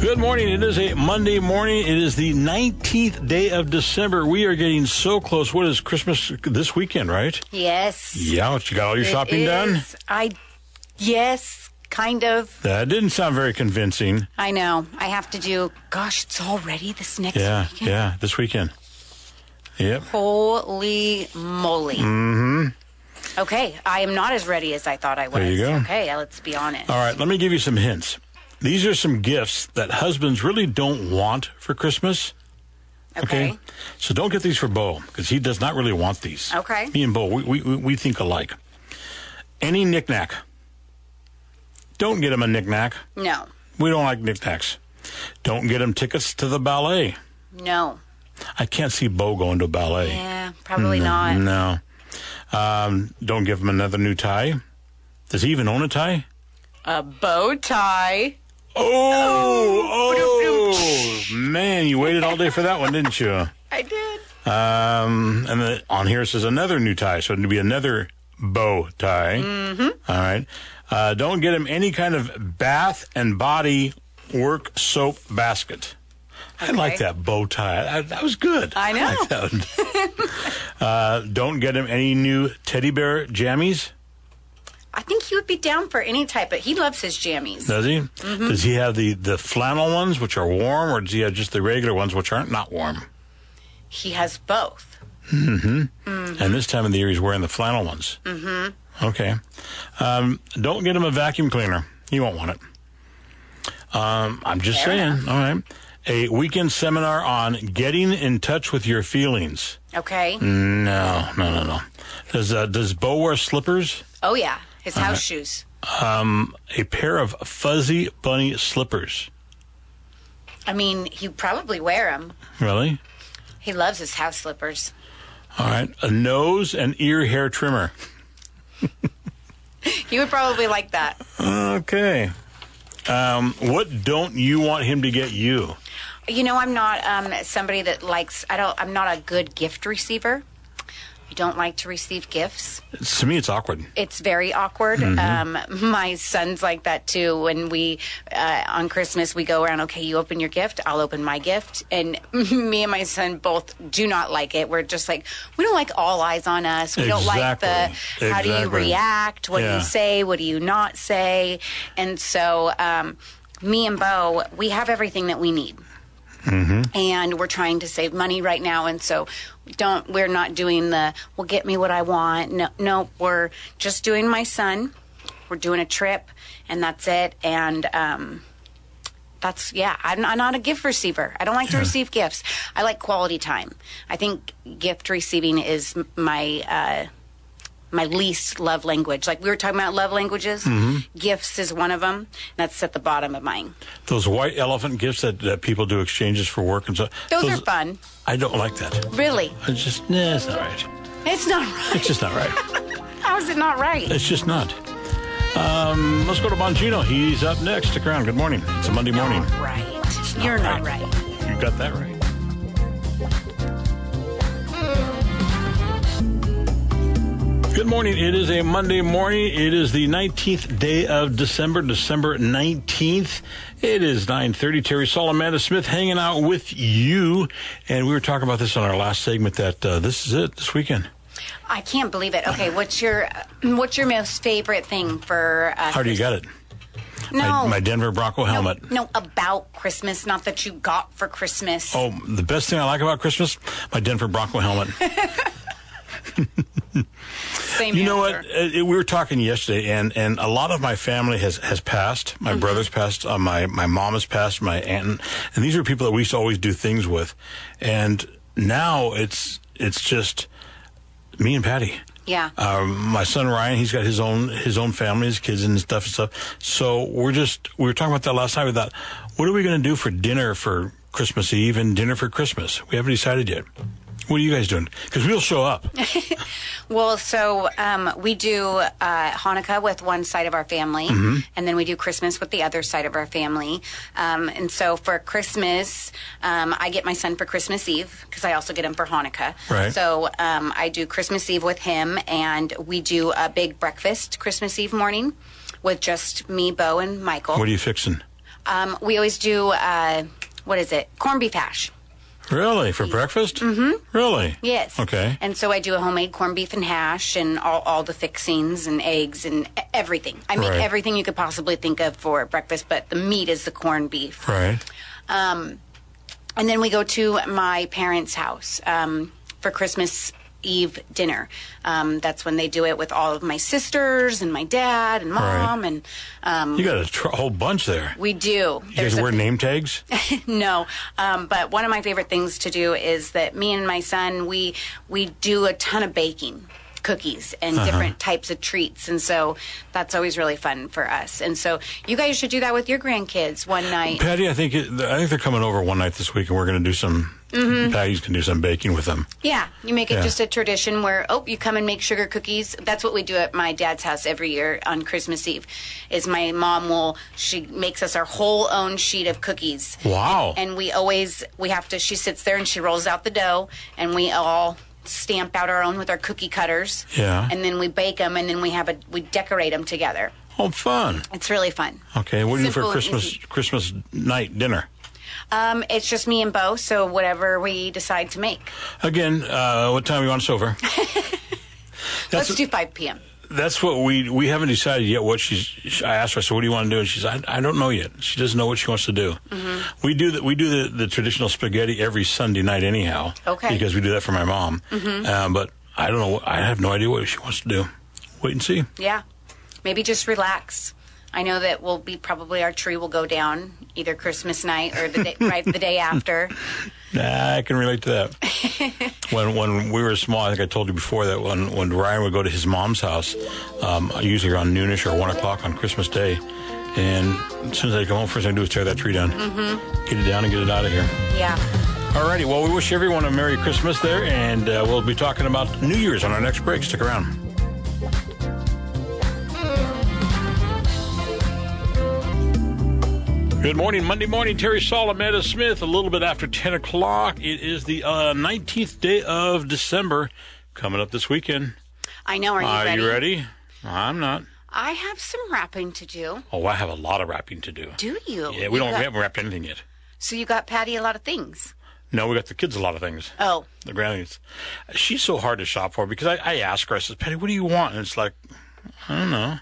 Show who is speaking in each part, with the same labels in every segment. Speaker 1: Good morning. It is a Monday morning. It is the 19th day of December. We are getting so close. What is Christmas this weekend, right?
Speaker 2: Yes.
Speaker 1: Yeah, what, you got all your shopping
Speaker 2: It
Speaker 1: done?
Speaker 2: is. I, yes, kind of.
Speaker 1: That didn't sound very convincing.
Speaker 2: I know. I have to do, gosh, it's already this next
Speaker 1: Yeah,
Speaker 2: weekend.
Speaker 1: yeah, this weekend. Yep.
Speaker 2: Holy moly. Mm-hmm. Okay, I am not as ready as I thought I was.
Speaker 1: you go. Oh,
Speaker 2: Okay, let's be honest.
Speaker 1: All right, let me give you some hints. These are some gifts that husbands really don't want for Christmas.
Speaker 2: Okay.
Speaker 1: So don't get these for Bo because he does not really want these.
Speaker 2: Okay.
Speaker 1: Me and Bo, we, we, we- we think alike. Any knickknack. Don't get him a knickknack.
Speaker 2: No,
Speaker 1: We don't like knickknacks. Don't get him tickets to the ballet.
Speaker 2: no.
Speaker 1: I can't see Bo going to ballet.
Speaker 2: Yeah, probably not.
Speaker 1: No. Um, don't give him another new tie. Does he even own a tie?
Speaker 2: A bow tie.
Speaker 1: Oh, oh, man, you waited all day for that one, didn't you?
Speaker 2: I did.
Speaker 1: Um, and then on here it says another new tie, so it'd be another bow tie. Mm-hmm. right. Uh, don't get him any kind of bath and body work soap basket. I like
Speaker 2: Okay.
Speaker 1: that bow tie. I, that was good.
Speaker 2: I know.
Speaker 1: like that one. uh, don't get him any new teddy bear jammies.
Speaker 2: I think he would be down for any type, but he loves his jammies.
Speaker 1: Does he?
Speaker 2: Mm-hmm.
Speaker 1: Does he have the, the flannel ones, which are warm, or does he have just the regular ones, which aren't not warm?
Speaker 2: He has both.
Speaker 1: And this time of the year, he's wearing the flannel ones. Mm-hmm. Okay. Um, don't get him a vacuum cleaner. He won't want it. Um, I'm just
Speaker 2: Fair
Speaker 1: saying. All right. A weekend seminar on getting in touch with your feelings.
Speaker 2: Okay.
Speaker 1: Mm. No, no, no, no. Does uh, does Bo wear slippers?
Speaker 2: Oh, yeah. His
Speaker 1: Uh-huh.
Speaker 2: house shoes.
Speaker 1: A pair of fuzzy bunny slippers.
Speaker 2: I mean, he'd probably wear them.
Speaker 1: Really?
Speaker 2: He loves his house slippers.
Speaker 1: All right. A nose and ear hair trimmer.
Speaker 2: He would probably like that.
Speaker 1: Okay. Um, what don't you want him to get you?
Speaker 2: You know, I'm not um, somebody that likes. I don't. I'm not a good gift receiver. I don't like to receive gifts.
Speaker 1: to me, it's awkward.
Speaker 2: It's very awkward.
Speaker 1: Mm-hmm.
Speaker 2: Um, my son's like that too. When we uh, on Christmas, we go around. Okay, you open your gift. I'll open my gift, and me and my son both do not like it. We're just like we don't like all eyes on us. We don't like the
Speaker 1: Exactly.
Speaker 2: how do you
Speaker 1: Exactly.
Speaker 2: react? What do
Speaker 1: Yeah.
Speaker 2: you say? What do you not say? And so, um, me and Bo, we have everything that we need and we're trying to save money right now and so don't we're not doing the well get me what i want no no we're just doing my son we're doing a trip and that's it and um that's yeah i'm, I'm not a gift receiver i don't like to receive gifts i like quality time i think gift receiving is m- my uh my least love language like we were talking about love languages
Speaker 1: Mm-hmm.
Speaker 2: gifts is one of them that's at the bottom of mine
Speaker 1: Those white elephant gifts that, that people do exchanges for work and stuff.
Speaker 2: those, are fun
Speaker 1: I don't like that.
Speaker 2: really
Speaker 1: It's just, nah, it's not right.
Speaker 2: it's not right
Speaker 1: It's just not right.
Speaker 2: How is it not right?
Speaker 1: It's just not. Um, let's go to Bongino. He's up next. Stick around. Good morning. It's a Monday morning.
Speaker 2: Not right. You're not right.
Speaker 1: You got that right. Good morning. It is a Monday morning. It is the 19th day of December, December 19th. It is 9:30. Terry Saul, Amanda Smith hanging out with you. And we were talking about this on our last segment that uh, this is it this weekend.
Speaker 2: I can't believe it. Okay, what's your what's your most favorite thing for? Uh,
Speaker 1: How do you got it?
Speaker 2: No,
Speaker 1: My, my Denver Bronco helmet.
Speaker 2: no about Christmas. Not that you got for Christmas.
Speaker 1: Oh, the best thing I like about Christmas, my Denver Bronco helmet.
Speaker 2: Same.
Speaker 1: You know what?
Speaker 2: answer.
Speaker 1: Uh, it- we were talking yesterday, and, and a lot of my family has, has passed. My brother's passed. Uh, my my mom has passed. My aunt, and these are people that we used to always do things with, and now it's it's just me and Patty.
Speaker 2: Yeah.
Speaker 1: Um, my son Ryan, he's got his own his own family, his kids and stuff and stuff. So we're just we were talking about that last night. We thought, what are we going to do for dinner for Christmas Eve and dinner for Christmas? We haven't decided yet. What are you guys doing? Because we'll show up.
Speaker 2: Well, so um, we do uh, Hanukkah with one side of our family, and then we do Christmas with the other side of our family. Um, and so for Christmas, um, I get my son for Christmas Eve because I also get him for Hanukkah.
Speaker 1: Right.
Speaker 2: So um, I do Christmas Eve with him, and we do a big breakfast Christmas Eve morning with just me, Bo, and Michael.
Speaker 1: What are you fixing?
Speaker 2: Um, we always do, uh, what is it? Corned beef hash.
Speaker 1: Really? For breakfast? Mm-hmm. Really?
Speaker 2: Yes.
Speaker 1: Okay.
Speaker 2: And so I do a homemade corned beef and hash and all, all the fixings and eggs and e- everything. I make
Speaker 1: Right.
Speaker 2: everything you could possibly think of for breakfast, but the meat is the corned beef.
Speaker 1: Right.
Speaker 2: Um, and then we go to my parents' house um, for Christmas Eve dinner. Um, that's when they do it with all of my sisters and my dad and mom. And um,
Speaker 1: You got a tr- whole bunch there.
Speaker 2: we do.
Speaker 1: You guys
Speaker 2: a-
Speaker 1: wear name tags?
Speaker 2: no, um, but one of my favorite things to do is that me and my son we we do a ton of baking cookies and different types of treats and so that's always really fun for us and so you guys should do that with your grandkids one night
Speaker 1: Patty, I think it, I think they're coming over one night this week, and we're going to do some.
Speaker 2: Mm-hmm.
Speaker 1: Patty's going to do some baking with them.
Speaker 2: yeah you make it
Speaker 1: Yeah.
Speaker 2: just a tradition where oh you come and make sugar cookies that's what we do at my dad's house every year on christmas eve is my mom will she makes us our whole own sheet of cookies
Speaker 1: Wow.
Speaker 2: and we always we have to she sits there and she rolls out the dough and we all stamp out our own with our cookie cutters
Speaker 1: Yeah.
Speaker 2: and then we bake them and then we have a we decorate them together
Speaker 1: oh, fun.
Speaker 2: it's really fun
Speaker 1: Okay, what do you do for
Speaker 2: Simple and
Speaker 1: Christmas
Speaker 2: easy.
Speaker 1: Christmas night dinner?
Speaker 2: um, it's just me and bo so whatever we decide to make
Speaker 1: Again, uh, what time you want us over?
Speaker 2: let's
Speaker 1: That's-
Speaker 2: do 5 p.m
Speaker 1: That's what we we haven't decided yet. What she's she- I asked her, I said, "What do you want to do?" And she said, "I, I don't know yet. She doesn't know what she wants to do." We do the, we do the, the traditional spaghetti every Sunday night, anyhow.
Speaker 2: Okay.
Speaker 1: because we do that for my mom. Um, but I don't know. I have no idea what she wants to do. Wait and see.
Speaker 2: yeah maybe just relax i know that will be probably our tree will go down either christmas night or the day right the day after
Speaker 1: Nah, I can relate to that. when when we were small, I think I told you before that when when Ryan would go to his mom's house, um, usually around noonish or one o'clock on Christmas Day, and as soon as I come home, first thing I do is tear that tree down, mm-hmm. get it down, and get it out of here.
Speaker 2: yeah
Speaker 1: Alrighty, well, we wish everyone a Merry Christmas there, and uh, we'll be talking about New Year's on our next break. Stick around. Good morning, Monday morning. Terry Saul, Amanda Smith, a little bit after 10 o'clock. It is the uh, 19th day of December coming up this weekend.
Speaker 2: i know are you,
Speaker 1: Are
Speaker 2: ready?
Speaker 1: you ready? I'm not.
Speaker 2: i have some wrapping to do
Speaker 1: Oh, I have a lot of wrapping to do.
Speaker 2: do
Speaker 1: Yeah,
Speaker 2: you
Speaker 1: we
Speaker 2: You
Speaker 1: don't we
Speaker 2: got-
Speaker 1: haven't wrapped anything yet.
Speaker 2: so you got patty a lot of things
Speaker 1: No, we got the kids a lot of things.
Speaker 2: oh
Speaker 1: the grannies. She's so hard to shop for because I, I ask her, I says, Patty, what do you want? And it's like, I don't know.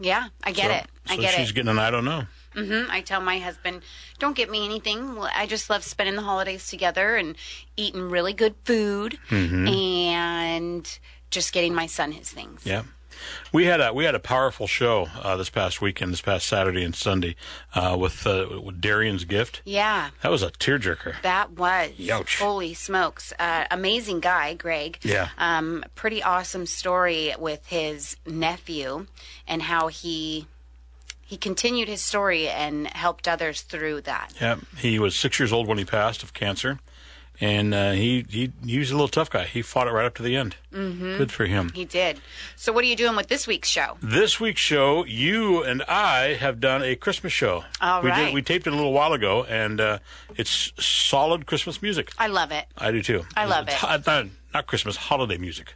Speaker 2: Yeah, I get it. I
Speaker 1: so
Speaker 2: get
Speaker 1: she's
Speaker 2: it.
Speaker 1: getting an I don't know.
Speaker 2: hmm I tell my husband, don't get me anything. Well, I just love spending the holidays together and eating really good food
Speaker 1: Mm-hmm.
Speaker 2: and just getting my son his things.
Speaker 1: Yeah. We had a we had a powerful show uh, this past weekend, this past Saturday and Sunday, uh, with, uh, with Darian's gift.
Speaker 2: Yeah,
Speaker 1: That was a tearjerker.
Speaker 2: that was.
Speaker 1: Youch.
Speaker 2: Holy smokes. Uh, amazing guy, Greg.
Speaker 1: Yeah.
Speaker 2: Um, pretty awesome story with his nephew and how he. He continued his story and helped others through that.
Speaker 1: Yeah, he was six years old when he passed of cancer, and uh, he, he he was a little tough guy. He fought it right up to the end. Mm-hmm. Good for him.
Speaker 2: He did. So, what are you doing with this week's show?
Speaker 1: This week's show, you and I have done a Christmas show.
Speaker 2: All
Speaker 1: we
Speaker 2: right.
Speaker 1: Did, we taped it a little while ago, and uh, it's solid Christmas music.
Speaker 2: I love it.
Speaker 1: I do too.
Speaker 2: I love
Speaker 1: It's-
Speaker 2: it.
Speaker 1: uh, Not, not Christmas, holiday music,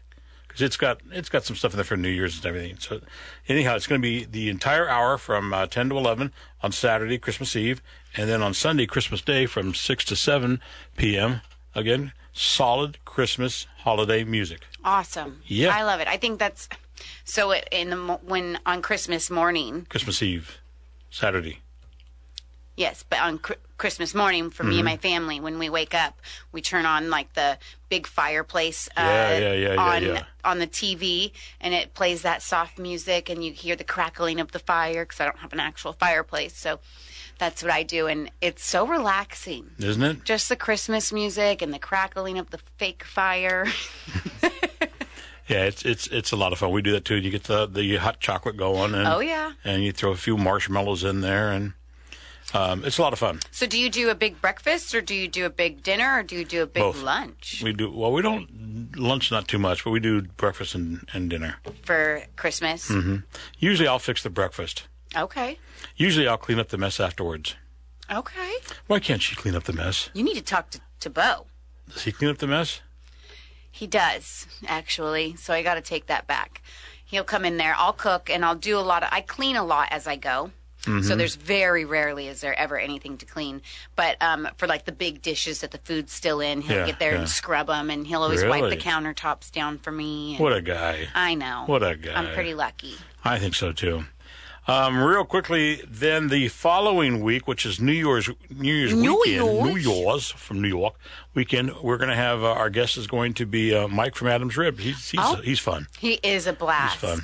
Speaker 1: because it's got it's got some stuff in there for New Year's and everything. So, anyhow, it's going to be the entire hour from uh, ten to eleven on Saturday, Christmas Eve, and then on Sunday, Christmas Day, from six to seven p.m. Again, solid Christmas holiday music.
Speaker 2: Awesome.
Speaker 1: Yeah.
Speaker 2: I love it. I think that's so it- in the mo- when on Christmas morning.
Speaker 1: Christmas Eve, Saturday.
Speaker 2: Yes, but on cr- Christmas morning for
Speaker 1: Mm-hmm.
Speaker 2: me and my family when we wake up, we turn on like the big fireplace uh,
Speaker 1: Yeah, yeah, yeah, yeah,
Speaker 2: on
Speaker 1: yeah.
Speaker 2: on the TV and it plays that soft music and you hear the crackling of the fire cuz I don't have an actual fireplace. So that's what I do and it's so relaxing.
Speaker 1: Isn't it?
Speaker 2: Just the Christmas music and the crackling of the fake fire.
Speaker 1: Yeah, it's it's it's a lot of fun. We do that too. You get the the hot chocolate going, and
Speaker 2: Oh, yeah.
Speaker 1: and you throw a few marshmallows in there, and um, it's a lot of fun.
Speaker 2: So, do you do a big breakfast, or do you do a big dinner, or do you do a big
Speaker 1: Both.
Speaker 2: lunch
Speaker 1: We do well. We don't lunch not too much, but we do breakfast and, and dinner.
Speaker 2: for Christmas?
Speaker 1: Mm-hmm. Usually, I'll fix the breakfast.
Speaker 2: Okay,
Speaker 1: Usually, I'll clean up the mess afterwards.
Speaker 2: okay.
Speaker 1: Why can't she clean up the mess?
Speaker 2: You need to talk to, to Bo.
Speaker 1: Does he clean up the mess?
Speaker 2: He does actually. So I got to take that back. He'll come in there. I'll cook and I'll do a lot of. I clean a lot as I go.
Speaker 1: Mm-hmm.
Speaker 2: So there's very rarely is there ever anything to clean. But um, for like the big dishes that the food's still in, he'll
Speaker 1: Yeah,
Speaker 2: get there
Speaker 1: yeah.
Speaker 2: and scrub them, and he'll always wipe
Speaker 1: Really?
Speaker 2: the countertops down for me. and-
Speaker 1: What a guy.
Speaker 2: I know.
Speaker 1: What a guy.
Speaker 2: I'm pretty lucky.
Speaker 1: I think so too. Um, real quickly, then the following week, which is New Year's New Year's
Speaker 2: New
Speaker 1: weekend, New
Speaker 2: Year's?
Speaker 1: Year's from New York weekend, we're going to have uh, our guest is going to be uh, Mike from Adams Rib. He's he's,
Speaker 2: Oh.
Speaker 1: he's fun,
Speaker 2: He is a blast.
Speaker 1: fun,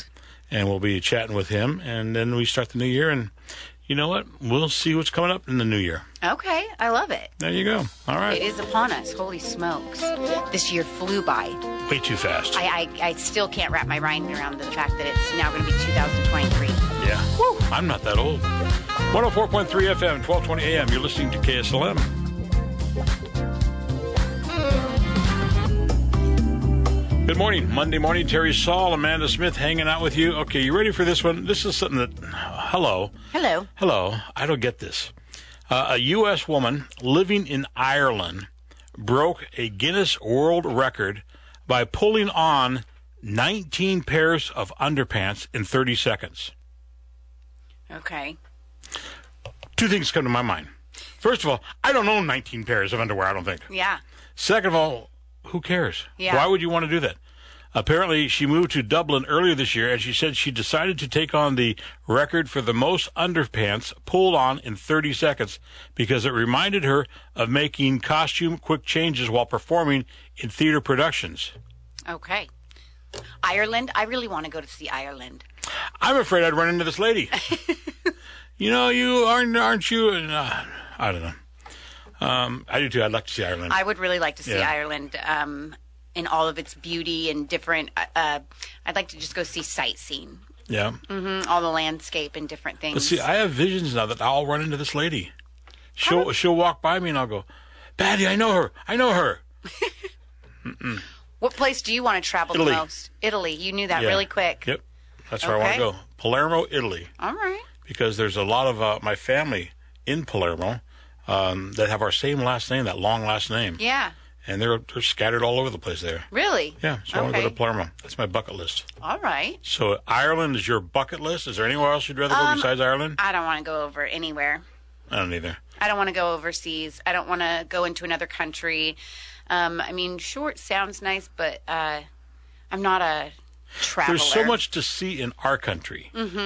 Speaker 1: and we'll be chatting with him, and then we start the new year, and you know what? We'll see what's coming up in the new year.
Speaker 2: Okay, I love it.
Speaker 1: There you go. All
Speaker 2: It
Speaker 1: right,
Speaker 2: is upon us. Holy smokes. This year flew by.
Speaker 1: way too fast.
Speaker 2: I, I, I still can't wrap my mind around the fact that it's now going to be 2023.
Speaker 1: yeah, I'm not that old. 104.3 FM, 12:20 a.m. You're listening to KSLM. Good morning. Monday morning, Terry Saul, Amanda Smith hanging out with you. Okay, you ready for this one? This is something that, hello,
Speaker 2: Hello.
Speaker 1: hello, I don't get this. Uh, a U.S. woman living in Ireland broke a Guinness World Record by pulling on 19 pairs of underpants in 30 seconds.
Speaker 2: Okay.
Speaker 1: Two things come to my mind. First of all, I don't own 19 pairs of underwear, I don't think.
Speaker 2: Yeah.
Speaker 1: Second of all, who cares?
Speaker 2: Yeah.
Speaker 1: Why would you want to do that? Apparently, she moved to Dublin earlier this year, and she said she decided to take on the record for the most underpants pulled on in 30 seconds because it reminded her of making costume quick changes while performing in theater productions.
Speaker 2: Okay. Ireland. I really want to go to see Ireland.
Speaker 1: I'm afraid I'd run into this lady. you know, you aren't aren't you? And, uh, I don't know. Um, I do too. I'd like to see Ireland.
Speaker 2: I would really like to see
Speaker 1: Yeah.
Speaker 2: Ireland um, in all of its beauty and different. uh, Uh, I'd like to just go see sightseeing,
Speaker 1: yeah.
Speaker 2: mm, all the landscape and different things.
Speaker 1: But see, I have visions now that I'll run into this lady. She'll she'll walk by me and I'll go, Patty, I know her. I know her.
Speaker 2: what place do you want to travel
Speaker 1: Italy.
Speaker 2: the most? Italy. You knew that
Speaker 1: Yeah.
Speaker 2: really quick.
Speaker 1: Yep, that's where I
Speaker 2: Okay.
Speaker 1: want to go. Palermo, Italy,
Speaker 2: All right.
Speaker 1: because there's a lot of uh, my family in Palermo um, that have our same last name, that long last name,
Speaker 2: Yeah.
Speaker 1: and they're they're scattered all over the place there.
Speaker 2: Really?
Speaker 1: Yeah, so I want to
Speaker 2: okay.
Speaker 1: go to Palermo. That's my bucket list.
Speaker 2: All right.
Speaker 1: So Ireland is your bucket list. Is there anywhere else you'd rather
Speaker 2: Um,
Speaker 1: go besides Ireland?
Speaker 2: I don't want to go over anywhere.
Speaker 1: I don't either.
Speaker 2: I don't want to go overseas. I don't want to go into another country. Um, I mean, sure, it sounds nice, but uh, I'm not a traveler.
Speaker 1: There's so much to see in our country. Mm-hmm.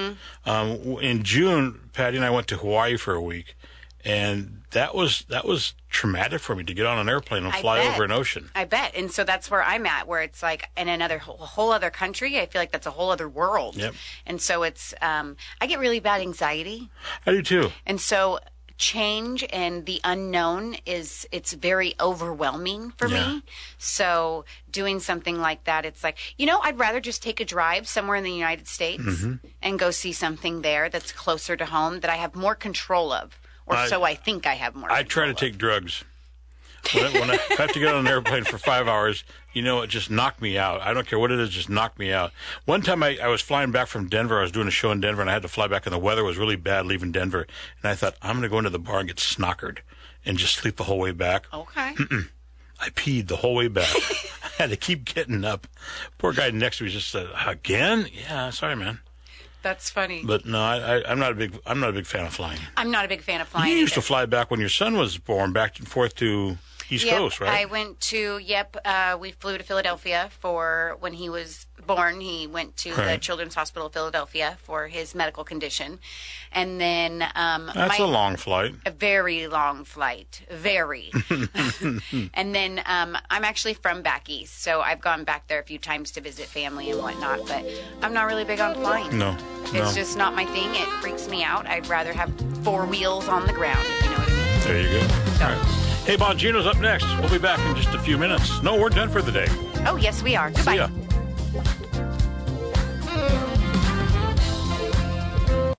Speaker 1: Um, w- in June, Patty and I went to Hawaii for a week, and that was that was traumatic for me to get on an airplane and
Speaker 2: I
Speaker 1: fly
Speaker 2: bet.
Speaker 1: over an ocean.
Speaker 2: I bet. And so that's where I'm at, where it's like in another whole, whole other country. I feel like that's a whole other world.
Speaker 1: Yep.
Speaker 2: And so it's, um, I get really bad anxiety.
Speaker 1: I do too.
Speaker 2: And so change and the unknown is, it's very overwhelming for
Speaker 1: Yeah.
Speaker 2: me. So doing something like that, it's like, you know, I'd rather just take a drive somewhere in the United States
Speaker 1: Mm-hmm.
Speaker 2: and go see something there that's closer to home that I have more control of. Or
Speaker 1: I-
Speaker 2: so I think I have more.
Speaker 1: I try to
Speaker 2: control
Speaker 1: take drugs. When I, when I if I have to get on an airplane for five hours, you know, it just knocked me out. I don't care what it is, just knocked me out. One time I, I was flying back from Denver. I was doing a show in Denver and I had to fly back and the weather was really bad leaving Denver. And I thought, I'm going to go into the bar and get snockered and just sleep the whole way back.
Speaker 2: of. Okay.
Speaker 1: I peed the whole way back. I had to keep getting up. Poor guy next to me just said, "Again? Yeah, sorry, man."
Speaker 2: That's funny.
Speaker 1: But no, I, I, I'm not a big I'm not a big fan of flying.
Speaker 2: I'm not a big fan of flying.
Speaker 1: You used
Speaker 2: either.
Speaker 1: to fly back when your son was born, back and forth to East
Speaker 2: Yep,
Speaker 1: Coast,
Speaker 2: I
Speaker 1: right?
Speaker 2: went to yep. Uh, we flew to Philadelphia for when he was born. He went to the
Speaker 1: Right.
Speaker 2: Children's Hospital of Philadelphia for his medical condition, and then um,
Speaker 1: That's
Speaker 2: my,
Speaker 1: a long flight.
Speaker 2: a very long flight, very. and then um, I'm actually from back east, so I've gone back there a few times to visit family and whatnot. But I'm not really big on flying.
Speaker 1: No,
Speaker 2: it's
Speaker 1: no.
Speaker 2: just not my thing. It freaks me out. I'd rather have four wheels on the ground. If you know what I mean.
Speaker 1: There you go. All right. Hey, Bongino's up next. We'll be back in just a few minutes. No, we're done for the day.
Speaker 2: Oh yes, we are. Goodbye.
Speaker 1: See ya.